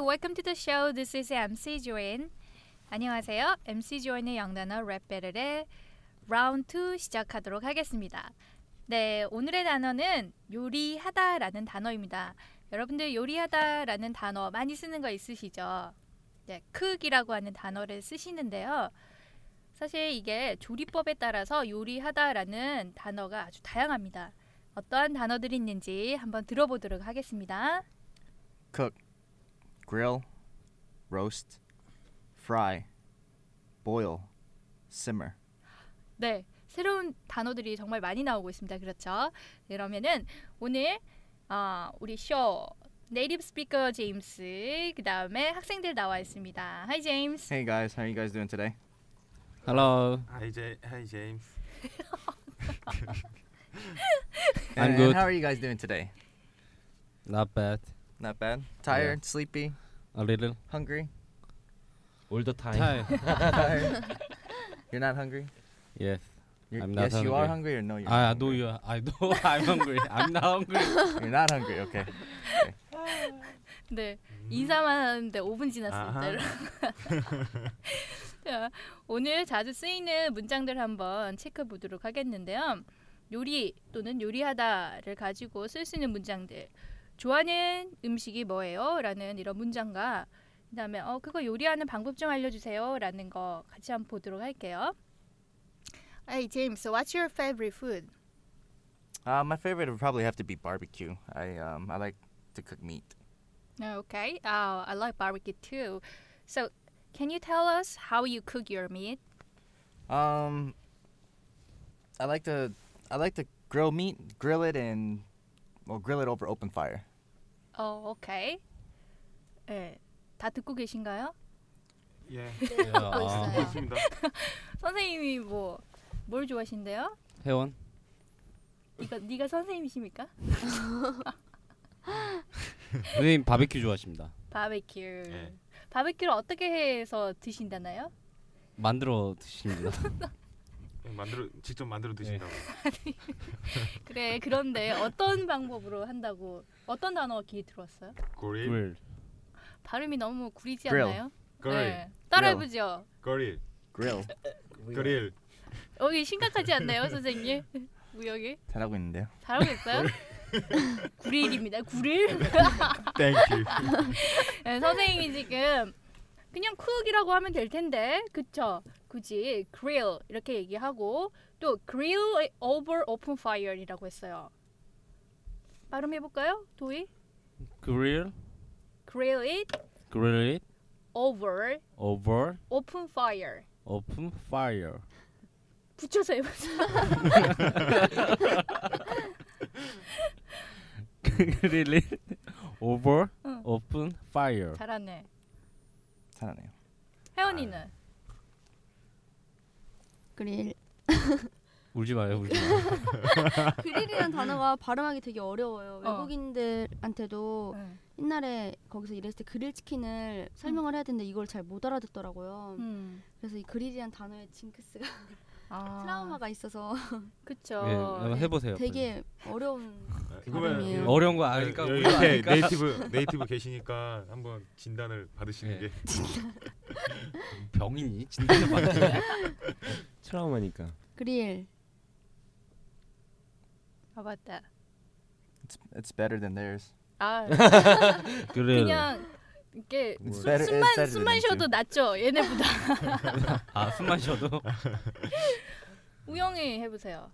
welcome to the show. This is MC Joanne. 안녕하세요. MC Joanne의 영단어 랩 배틀의 라운드 2 시작하도록 하겠습니다. 네, 오늘의 단어는 요리하다라는 단어입니다. 여러분들 요리하다라는 단어 많이 쓰는 거 있으시죠? 네, 쿡이라고 하는 단어를 쓰시는데요. 사실 이게 조리법에 따라서 요리하다라는 단어가 아주 다양합니다. 어떠한 단어들이 있는지 한번 들어보도록 하겠습니다. cook, grill, roast, fry, boil, simmer. 네, 새로운 단어들이 정말 많이 나오고 있습니다. 그렇죠? 그러면은 오늘 어, 우리 쇼 네이티브 스피커 제임스 그 다음에 학생들 나와 있습니다. 하이 제임스. Hey guys, how you guys doing today? Hello, Hi, J- 아, hi James. I'm And good. How are you guys doing today? not bad. Not bad. Tired, sleepy, A little hungry. All the time. tired. Tired. You're not hungry. yes, You're, I'm not yes, you are hungry, hungry. Ah, or no, you're. I not know hungry. you. I know I'm hungry. I'm not hungry. You're not hungry. Okay. 네, 인사만 하는데 5분 음. 아하. 지났습니다. 자, 오늘 자주 쓰이는 문장들 한번 체크 보도록 하겠는데요. 요리 또는 요리하다를 가지고 쓸 수 있는 문장들. 좋아하는 음식이 뭐예요? 라는 이런 문장과 그다음에 어 그거 요리하는 방법 좀 알려주세요. 라는 거 같이 한번 보도록 할게요. Hey James, what's your favorite food? Uh, my favorite would probably have to be barbecue. I um I like to cook meat. Okay, oh, I like barbecue too. So, can you tell us how you cook your meat? Um, I like to I like to grill meat, grill it, and well, grill it over open fire. 어, 오케이. 예. 다 듣고 계신가요? 예. Yeah, 있어요. 아, 고맙습니다. 선생님이 뭐 뭘 좋아하신대요? 회원. 네가 네가 선생님이십니까? 선생님 바베큐 좋아하십니다. 바베큐. 예. 바베큐를 어떻게 해서 드신다나요? 만들어 드십니다. 예, 만들어 직접 만들어 드신다고. 그래. 그런데 어떤 방법으로 한다고 어떤 단어 귀에 들어왔어요? 고릴, 물. 발음이 너무 구리지 Grill. 않나요? 고릴, 네. 따라해 보죠. 고릴, Grill. 고릴. 여기 심각하지 않나요, 선생님? 우영이 잘하고 있는데요. 잘하겠어요? 구릴입니다. 구릴. 땡큐. 네, 선생님이 지금 그냥 쿡이라고 하면 될 텐데 그쵸 굳이 grill 이렇게 얘기하고 또 grill over open fire이라고 했어요 발음 해볼까요 도희 Grill, grill it grill it over over open fire open fire. 붙여서 해보세요 grill it over 응. open fire. 잘하네 잘하네요. 혜원이는 그릴. 울지 마요, 울지 마. 그릴이란 단어가 발음하기 되게 어려워요. 어. 네. 외국인들한테도 옛날에 거기서 일했을 때 그릴 치킨을 설명을 해야 되는데 이걸 잘 못 알아듣더라고요. 음. 그래서 이 그릴이란 단어에 징크스가 아, 트라우마가 있어서 그쵸 예, 한번 해보세요. 되게 어려운 그러면 사람이에요. 빨리. 어려운 거 여- 아니까. 여기 우리가 이렇게 아니까. 네, 예, 네이티브 네이티브 계시니까 한번 진단을 받으시는 예. 게 병이니 진짜 많아. 트라우마니까. 그릴. 아 맞다 It's it's better than theirs. 아 grill. 그냥 이렇게 It's 숨, 뭐, better. it's 숨만 better 숨만 than two. 쉬어도 낫죠 얘네보다 아 숨만 쉬어도. 우영이 해보세요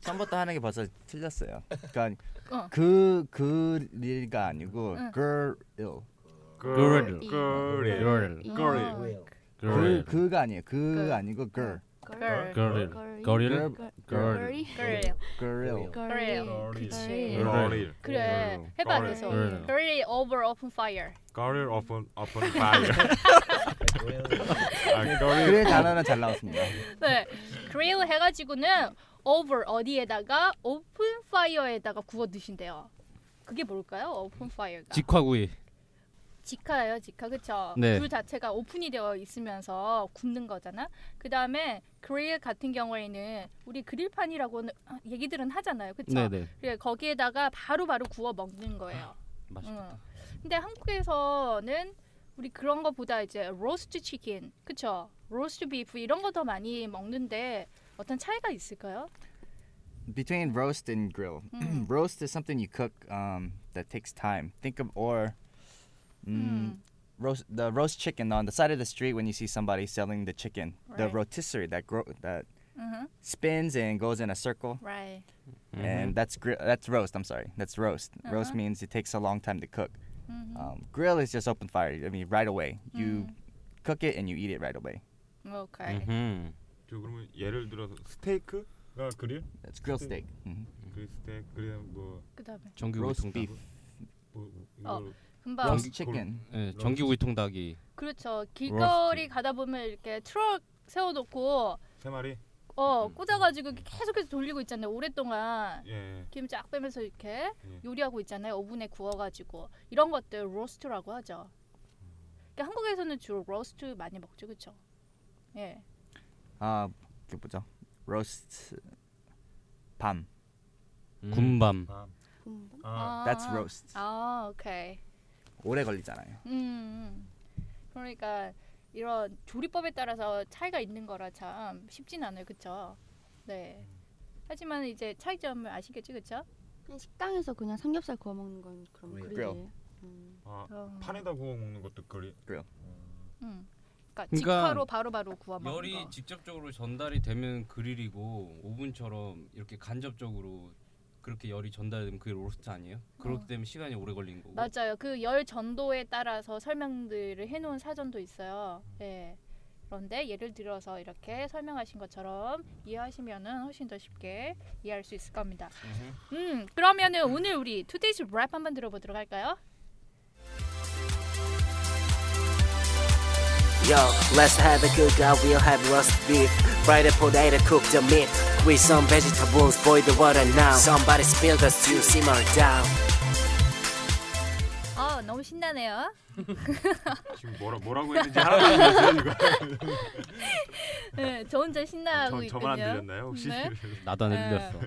처음부터 하는 게 벌써 틀렸어요. 그러니까 어. 그 그릴가 아니고 응. girl. Grill. 고릴, 어, Grill, 아, 고릴. 그 grill, 그가 아니에요. 그 그. 아니고 girl. girl grill, grill, girl. grill, girl girl. 그래요. 그치. 그래요. 고릴, 그래 해봐 그래. 계속 그래. Grill it over open fire 고릴 오픈 오픈 파이어. 아, 고릴. 그릴 단어는 잘 나왔습니다. 네 grill 해가지고는 over 어디에다가 open fire에다가 구워 드신대요 그게 뭘까요 open fire가 직화구이 직화예요, 직화. 그렇죠. 네. 불 자체가 오픈이 되어 있으면서 굽는 거잖아. 그다음에 그릴 같은 경우에는 우리 그릴판이라고 는 얘기들은 하잖아요. 그렇죠? 네네. 그래 거기에다가 바로바로 구워 먹는 거예요. 아, 맛있겠다. 응. 근데 한국에서는 우리 그런 거보다 이제 로스트 치킨, 그쵸? 로스트 비프 이런 거 더 많이 먹는데 어떤 차이가 있을까요? between roast and grill. Mm. roast is something you cook um, that takes time. Think of or mm, 음, roast the roast chicken on the side of the street when you see somebody selling the chicken, the Right. rotisserie that grow that 음, spins and goes in a circle. right. Mm-hmm. 음. And that's grill. That's roast. I'm sorry. That's roast. Roast Uh-huh. means it takes a long time to cook. 음, 아, Um, grill is just open fire. I mean, right away. You 음. cook it and you eat it right away. 오케이. 저 그러면 예를 들어서 스테이크가 그릴 That's grill Steak. steak. hmm 그 스테이크 그냥 뭐, 그다음에 Roast 전기구이통닭. beef. 뭐 이걸 어. 금방 Roast Roast chicken. 네, 전기구이통닭이 그렇죠. 길거리 로스트. 가다 보면 이렇게 트럭 세워놓고 세 마리 어 음. 꽂아가지고 계속해서 돌리고 있잖아요. 오랫동안 예, 예. 기름 쫙 빼면서 이렇게 예. 요리하고 있잖아요. 오븐에 구워가지고 이런 것들 로스트라고 하죠. 그러니까 한국에서는 주로 로스트 많이 먹죠, 그렇죠? 예, Uh, 그 뭐죠? Roast. 밤. 군밤. 아, 어. 군밤? 아, That's Ah. roast. 아, 오케이. 오래 걸리잖아요. 음, 음, 그러니까 이런 조리법에 따라서 차이가 있는 거라 참 쉽진 않아요, 그렇죠? 네. 하지만 이제 차이점을 아시겠죠, 그렇죠? 그냥 뭐 식당에서 그냥 삼겹살 구워 먹는 건 그럼 네. 그릴이에요. 음. 아, 어. 판에다 구워 먹는 것도 그릴 음. 그러니까 그러니까 직화로 바로바로 구워 먹는 열이 거. 직접적으로 전달이 되면 그릴이고 오븐처럼 이렇게 간접적으로 그렇게 열이 전달되면 그게 로스트 아니에요? 그렇기 때문에 시간이 오래 걸린 거고. 맞아요. 그 열 전도에 따라서 설명들을 해놓은 사전도 있어요. 예. 그런데 예를 들어서 이렇게 설명하신 것처럼 이해하시면은 훨씬 더 쉽게 이해할 수 있을 겁니다. 음, 그러면은 오늘 우리 투데이즈 랩 한번 들어보도록 할까요? Yo, let's have a cookout, we'll have roast beef. Fried potato, cook the meat. With some vegetables, boil the water now. Somebody spill the stew, simmer down. 아, 너무 신나네요. 지금 뭐라 뭐라고 했는지 하나도 모르겠어요 이거. 예, 저 혼자 신나하고 아, 저, 있거든요. 저만 안 들렸나요 혹시? 네. 나도 안 네. 들렸어.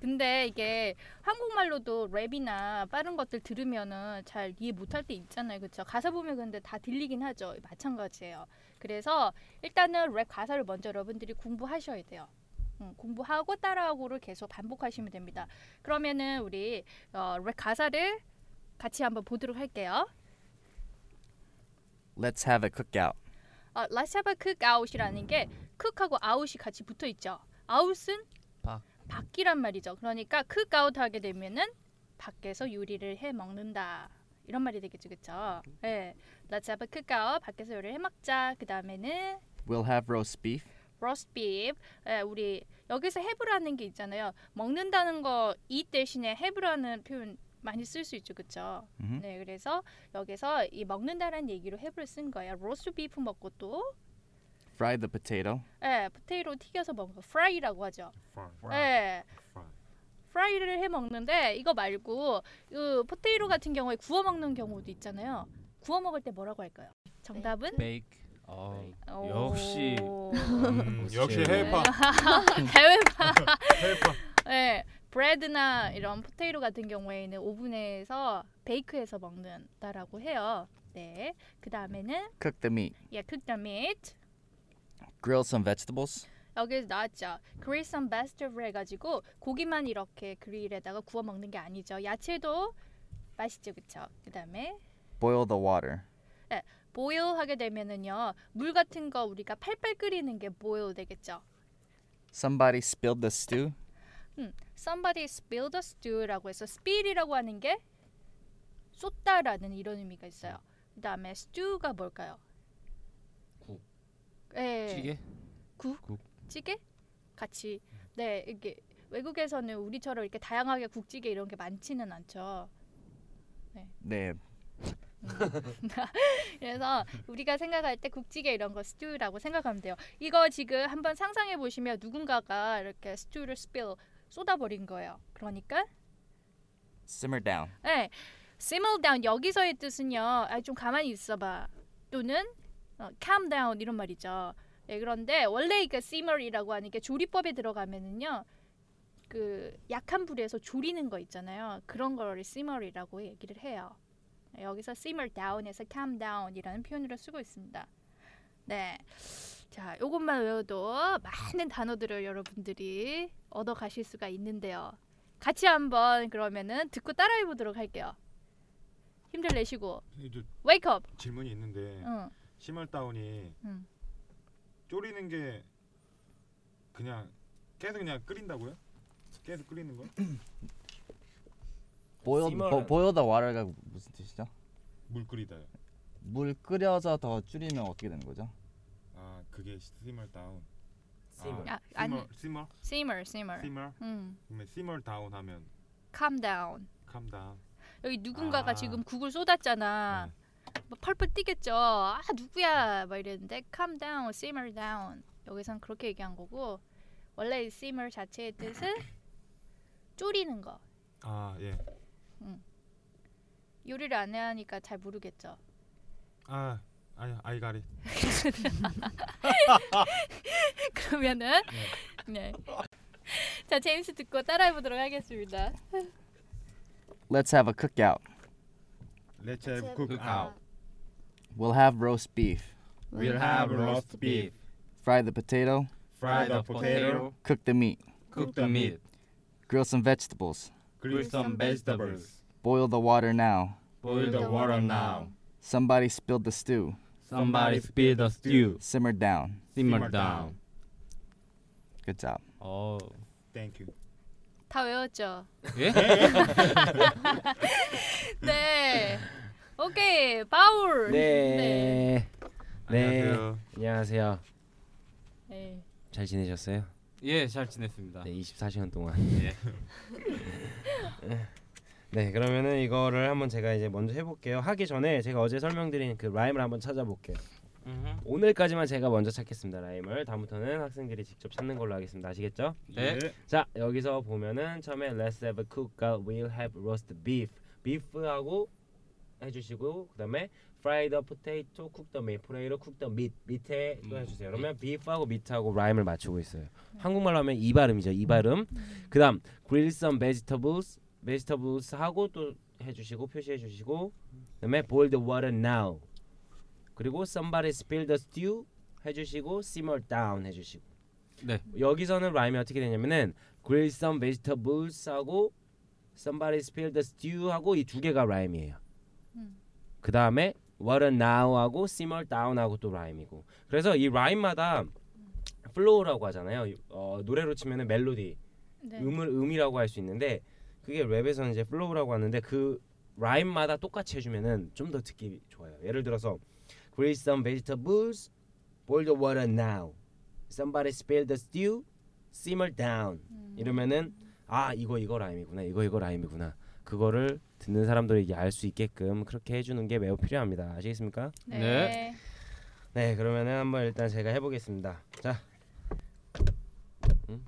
근데 이게 한국말로도 랩이나 빠른 것들 들으면은 잘 이해 못할 때 있잖아요. 그렇죠? 가사 보면 근데 다 들리긴 하죠. 마찬가지예요. 그래서 일단은 랩 가사를 먼저 여러분들이 공부하셔야 돼요. 음, 공부하고 따라하고를 계속 반복하시면 됩니다. 그러면은 우리 어, 랩 가사를 같이 한번 보도록 할게요. Let's have a cookout. 어, Let's have a cookout이라는 게 cook하고 out이 같이 붙어 있죠. out은 밖. 밖이란 말이죠. 그러니까 cookout 하게 되면은 밖에서 요리를 해 먹는다. 이런 말이 되겠죠, 그렇죠? 네, Let's have a cookout. 밖에서 요리를 해 먹자. 그 다음에는 We'll have roast beef. roast beef. 예, 우리 여기서 have라는 게 있잖아요. 먹는다는 거 이 대신에 have라는 표현 많이 쓸 수 있죠, 그렇죠? Mhm. 네, 그래서 여기서 이 먹는다라는 얘기로 have를 쓴 거예요. roast beef 먹고 또 Fry the potato. 예, 포테이로 튀겨서 먹는 거 프라이라고 하죠. 프라이. 예. 프라이를 해 먹는데 이거 말고 그 포테이로 같은 경우에 구워 먹는 경우도 있잖아요. 구워 먹을 때 뭐라고 할까요? 정답은 베이크. 어, 오. 네. 네. 역시. 음, 역시 해파 해외파. 해파 예. 브레드나 이런 포테이로 같은 경우에는 오븐에서 베이크해서 먹는다라고 해요. 네. 그다음에는 Cook the meat. 예, 쿡더밋. Grill some vegetables. 여기서 나왔죠. 그릴 선 베스트를 해가지고 고기만 이렇게 그릴에다가 구워 먹는 게 아니죠. 야채도 맛있죠, 그쵸? 그다음에 Boil the water. 보일 하게 되면은요 물 같은 거 우리가 팔팔 끓이는 게 보일 되겠죠. Somebody spilled the stew. 음, somebody spilled the stew라고 해서 spill이라고 하는 게 쏟다라는 이런 의미가 있어요. 그다음에 stew가 뭘까요? 국. 예. 찌개. 국, 국. 찌개 같이 네 이게 외국에서는 우리처럼 이렇게 다양하게 국찌개 이런 게 많지는 않죠. 네. 그래서 우리가 생각할 때 국찌개 이런 거 스튜라고 생각하면 돼요. 이거 지금 한번 상상해 보시면 누군가가 이렇게 스튜를 스필 쏟아버린 거예요. 그러니까 Simmer down. 네. simmer down 여기서의 뜻은요. 아, 좀 가만히 있어봐. 또는 어, calm down 이런 말이죠. 예, 그런데 원래 그 simmer이라고 하는 게 조리법에 들어가면은요. 그 약한 불에서 조리는 거 있잖아요. 그런 거를 simmer이라고 얘기를 해요. 예, 여기서 simmer down에서 calm down이라는 표현으로 쓰고 있습니다. 네. 자, 요것만 외워도 많은 단어들을 여러분들이 얻어 가실 수가 있는데요. 같이 한번 그러면은 듣고 따라해 보도록 할게요. 힘들 내시고 이제 wake up. 질문이 있는데 응. 시멀다운이 음. 졸이는 게 그냥 계속 그냥 끓인다고요? 계속 끓이는 거? boil simmer은- bo, boil the water가 무슨 뜻이죠? 물 끓이다요. 물 끓여서 더 줄이면 어떻게 되는 거죠? 아 그게 시멀다운. 아, 아니. 시멀 simmer, simmer. 시멀 음. 그러면 시멀다운 하면 calm down. 캄다운. 여기 누군가가 아. 지금 국을 쏟았잖아. 막 펄펄 뛰겠죠. 아 누구야? 막 이랬는데 calm down, simmer down. 여기선 그렇게 얘기한 거고 원래 이 simmer 자체의 뜻은 졸이는 거. 아 예. 요리를 안 하니까 잘 모르겠죠. 아 아니 아이가리. 그러면은 네. 자 제임스 듣고 따라해 보도록 하겠습니다. Let's have a cookout. Let's have cook 아, out. We'll have roast beef. 음. We'll have 음. roast beef, Fry the potato. fry the potato, Cook the meat. cook the meat, Grill some vegetables. grill some vegetables, Boil the water now. boil the water now. Somebody spilled the stew. Somebody spill the stew, Simmer down. simmer down. Good job. 어, Thank you. 다 외웠죠. 예? 네. 오케이 바울. 네. 네. 안녕하세요. 안녕하세요. 네. 잘 지내셨어요? 예, 잘 지냈습니다. 네, 24시간 동안. 예. 네, 그러면은 이거를 한번 제가 이제 먼저 해볼게요. 하기 전에 제가 어제 설명드린 그 라임을 한번 찾아볼게요. 음흠. 오늘까지만 제가 먼저 찾겠습니다. 라임을 다음부터는 학생들이 직접 찾는 걸로 하겠습니다. 아시겠죠? 네. 예. 자 여기서 보면은 처음에 Let's have a cookout, we'll have roast beef, beef하고 해주시고 그다음에 fried potato, cook the meat, potato, cook the meat 밑에 또 음. 해주세요. 그러면 beef하고 meat하고 라임을 맞추고 있어요. 한국말로 하면 이 발음이죠. 이 발음. 그다음 grill some vegetables, vegetables 하고 또 해주시고 표시해주시고 그다음에 boil the water now. 그리고 somebody spill the stew 해주시고 simmer down 해주시고. 네. 여기서는 라임이 어떻게 되냐면은 grill some vegetables 하고 somebody spill the stew 하고 이 두 개가 라임이에요. 음. 그 다음에 water now 하고 simmer down 하고 또 라임이고. 그래서 이 라임마다 플로우라고 하잖아요. 어, 노래로 치면은 멜로디, 네. 음을 음이라고 할 수 있는데 그게 랩에서는 이제 플로우라고 하는데 그 라임마다 똑같이 해주면은 좀 더 듣기 좋아요. 예를 들어서 grill some vegetables, boil the water now, somebody spill the stew, simmer down. 음. 이러면은 아 이거 이거 라임이구나 이거 이거 라임이구나 그거를 듣는 사람들에게 알 수 있게끔 그렇게 해주는 게 매우 필요합니다 아시겠습니까? 네. 네. 네 그러면은 한번 일단 제가 해보겠습니다 자 음?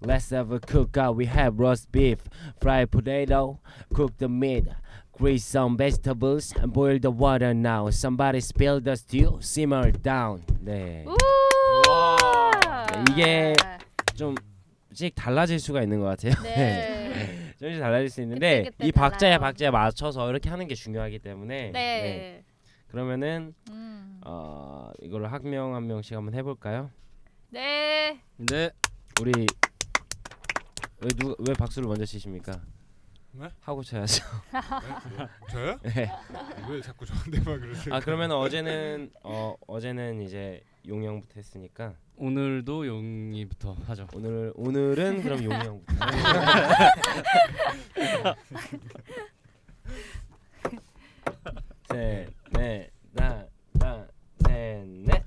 Let's have a cookout. We have roast beef, fried potato, cook the meat, grease some vegetables, and boil the water now. Somebody spill the stew, simmer down. 네. 우. 네, 이게 좀씩 달라질 수가 있는 것 같아요. 네. 조금씩 달라질 수 있는데 그때 그때 이 박자에 달라요. 박자에 맞춰서 이렇게 하는 게 중요하기 때문에 네. 네. 그러면은 음. 어, 이거를 한 명 한 명씩 한번 해볼까요? 네. 네. 우리 왜, 누, 왜 박수를 먼저 치십니까? 네? 하고 쳐야죠. 저요? 네. 왜 자꾸 저한테만 그러세요? 아 그러면 어제는 어, 어제는 이제 용영부터 했으니까 오늘도 용이부터 하죠. 오늘 오늘은 그럼 용영부터. 셋넷나나셋넷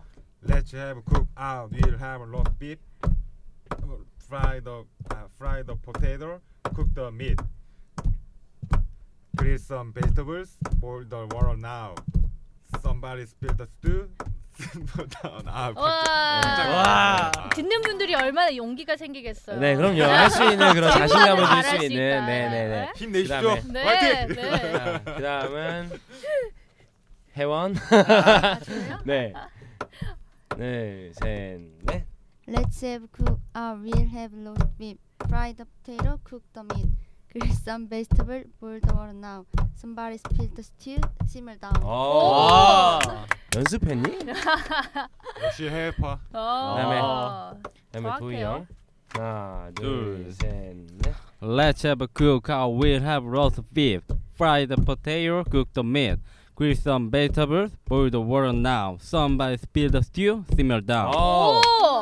Let's have a cook out. We'll have a roast beef. Fry the uh, fry the potato. Cook the meat. Grill some vegetables. Boil the water now. Somebody spill the stew. down. 그렇죠. 아, 갑자기. 와. 와. 듣는 분들이 얼마나 용기가 생기겠어요. 네, 그럼요. 할 수 있는 질문을 그런 자신감을 줄 잘할 수 수 있는. 있다. 네, 네, 네. 힘내십시오. 그다음에. 네, 화이팅! 네. 자, 그다음은 회원. 아, 저요? 네. 네, 셋, 넷. Let's have cook. Uh, we'll have roast beef, fry the potato, cook the meat, grill some vegetable, boil the water now. Somebody spill the stew, simmer down. Oh. 오. 아. 아. 연습했니? 네. 역시 해파. 어. 그다음에. 정확해요. 그다음에 도희 형. 하나, 둘, 둘, 셋, 넷. Let's have a cook. I will have roast beef, fry the potato, cook the meat, grill some vegetables, boil the water now. Somebody spill the stew, simmer 아. down. 오. 오.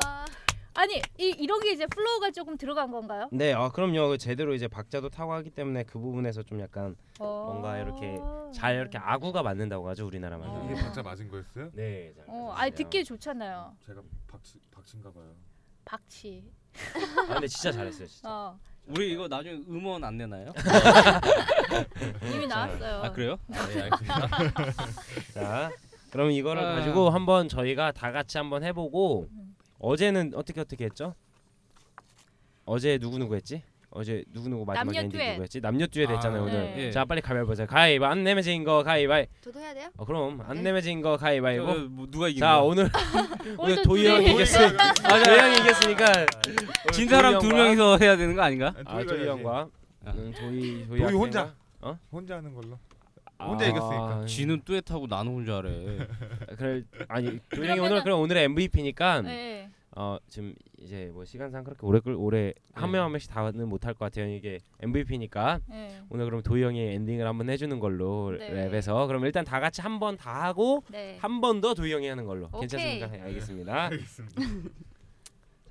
아니 이 이런 게 이제 플로우가 조금 들어간 건가요? 네, 아 그럼요. 제대로 이제 박자도 타고 하기 때문에 그 부분에서 좀 약간 어. 뭔가 이렇게 잘 이렇게 아구가 맞는다고 하죠 우리나라 말로. 아, 이게 박자 맞은 거였어요? 네. 잘 아. 어, 맞았어요. 아 듣기에 좋잖아요. 제가 박치 박친가 봐요. 박치. 아, 근데 진짜 잘했어요, 진짜. 어. 우리 이거 나중에 음원 안 내나요? 이미 나왔어요. 아 그래요? 자, 그럼 이거를 아. 가지고 한번 저희가 다 같이 한번 해보고 어제는 어떻게 어떻게 했죠? 어제 누구 누구 했지? 어제 누구 누구 마지막 남녀 엔딩 듀엣. 누구 했지? 남녀 듀엣 아, 했잖아요 오늘. 네. 예. 자 빨리 가위바위보 하자. 가위바위 안 내면 진거 가위바위. 저도 해야 돼요? 어, 그럼 안 네. 내면 진거 가위바위보. 저, 뭐, 누가 이긴 자 거야? 오늘 오늘 오늘도 도희 형이 둘이 이겼어. 아 도희 형이 이겼으니까 진 도희 사람 두 형과- 명이서 해야 되는 거 아, 아닌가? 아 도희 형과 음, 도희 도희 도희 혼자. 학생과- 혼자 하는 걸로. 혼자 이겼으니까. 진은 뚜엣하고 나는 혼자 하래. 아, 그래 아니 도희 형이 그러면은- 오늘 그럼 오늘의 MVP니까 네. 어 지금 이제 뭐 시간상 그렇게 오래 끌 오래 한 명 한 명씩 다는 못할 것 같아요. 이게 MVP니까 네. 오늘 그럼 도희 형이 엔딩을 한번 해주는 걸로 네. 랩에서 그럼 일단 다 같이 한 번 다 하고 네. 한 번 더 도희 형이 하는 걸로 오케이. 괜찮습니까? 네, 알겠습니다. 알겠습니다.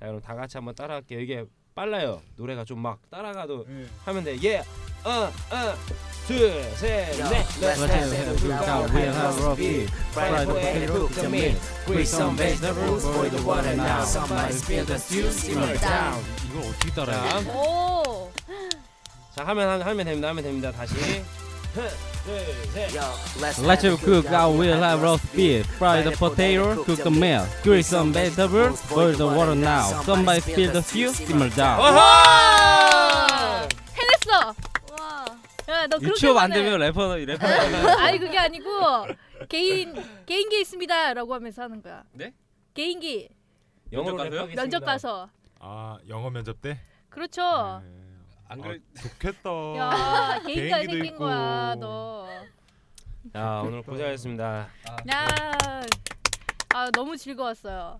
자 그럼 다 같이 한번 따라할게요. 이게 빨라요. 노래가 좀 막 따라가도 예. 하면 돼. 예, 어, 어, 둘, 셋, Yo, 넷, let's 넷. have a good time. We'll have roast beef, fried 네. potato, cook the meat, with some vegetables, boil the water now. Somebody spill the stew, simmer down. 이걸 어떻게 따라해? 자, 오. 자 하면 하면, 하면 됩니다. 하면 됩니다. 다시. 하나, 둘, 셋. Yo, let's Let's have a good cook. I time. will have roast beef, fry the potato, cook the meat, grill some vegetables, boil the water now. Somebody spill the stew, simmer down. 아, 해냈어. 와. 야, 너 그렇게 유치업 안 되면 래퍼 래퍼. 아니 그게 아니고 개인 개인기 있습니다라고 하면서 하는 거야. 네? 개인기 영어로 면접 가서요? 랩하겠습니다. 면접 가서. 아 영어 면접 때. 그렇죠. 어. 예. 안 그래- 그래? 좋겠다. 야 개인기가 네. 개인기도 생긴 있고. 거야 너. 자 아, 오늘 고생하셨습니다. 야. 아 너무 즐거웠어요.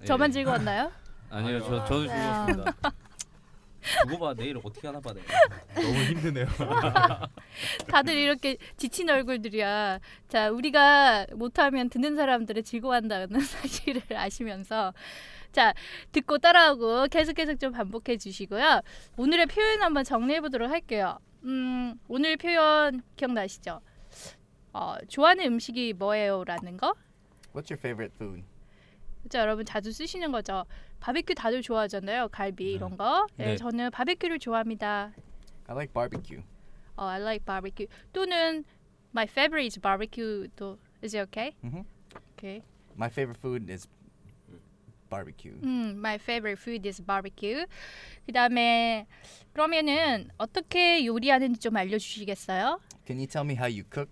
네. 저만 즐거웠나요? 아니요, 저 저도 즐거웠습니다. 그거 봐, 내일 어떻게 하나 봐. 내가. 너무 힘드네요. 다들 이렇게 지친 얼굴들이야. 자, 우리가 못하면 듣는 사람들을 즐거워한다는 사실을 아시면서 자, 듣고 따라하고 계속 계속 좀 반복해 주시고요. 오늘의 표현 한번 정리해 보도록 할게요. 음, 오늘 표현 기억나시죠? 어, 좋아하는 음식이 뭐예요라는 거? What's your favorite food? 그죠 여러분 자주 쓰시는 거죠. 바베큐 다들 좋아하잖아요. 갈비 이런 거. 네, 네. 저는 바베큐를 좋아합니다. I like barbecue. 어, I like barbecue. 또는 my favorite is barbecue도 is it okay? Mhm. Okay. My favorite food is barbecue. 음, my favorite food is barbecue. 그다음에 그러면은 어떻게 요리하는지 좀 알려주시겠어요? Can you tell me how you cook?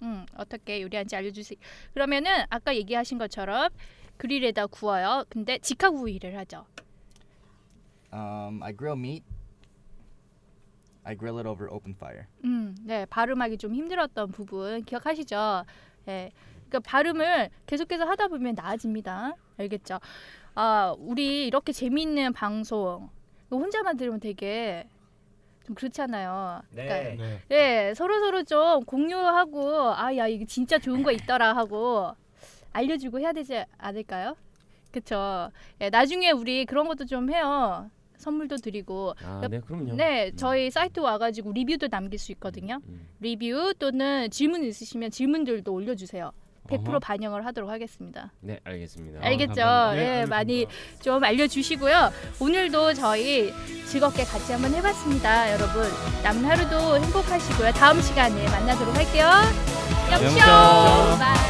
음, 어떻게 요리하는지 알려주세요. 그러면은 아까 얘기하신 것처럼 그릴에다 구워요. 근데 직화구이를 하죠. Um, I grill meat. I grill it over open fire. 음, 네, 발음하기 좀 힘들었던 부분 기억하시죠? 예. 그러니까 발음을 계속해서 하다 보면 나아집니다. 알겠죠? 아, 우리 이렇게 재미있는 방송 이거 혼자만 들으면 되게 좀 그렇잖아요. 그러니까, 네. 예, 서로 서로 좀 공유하고 아, 야, 이거 진짜 좋은 거 있더라 하고 알려주고 해야 되지 않을까요? 그쵸? 예, 나중에 우리 그런 것도 좀 해요. 선물도 드리고 아, 네, 그럼요. 네, 저희 사이트 와가지고 리뷰도 남길 수 있거든요. 음. 리뷰 또는 질문 있으시면 질문들도 올려주세요. 100% 어허. 반영을 하도록 하겠습니다. 네, 알겠습니다. 알- 알겠죠? 감사합니다. 예, 알겠습니다. 많이 좀 알려주시고요. 오늘도 저희 즐겁게 같이 한번 해봤습니다, 여러분. 남은 하루도 행복하시고요. 다음 시간에 만나도록 할게요. 영쇼! 영쇼! 바이!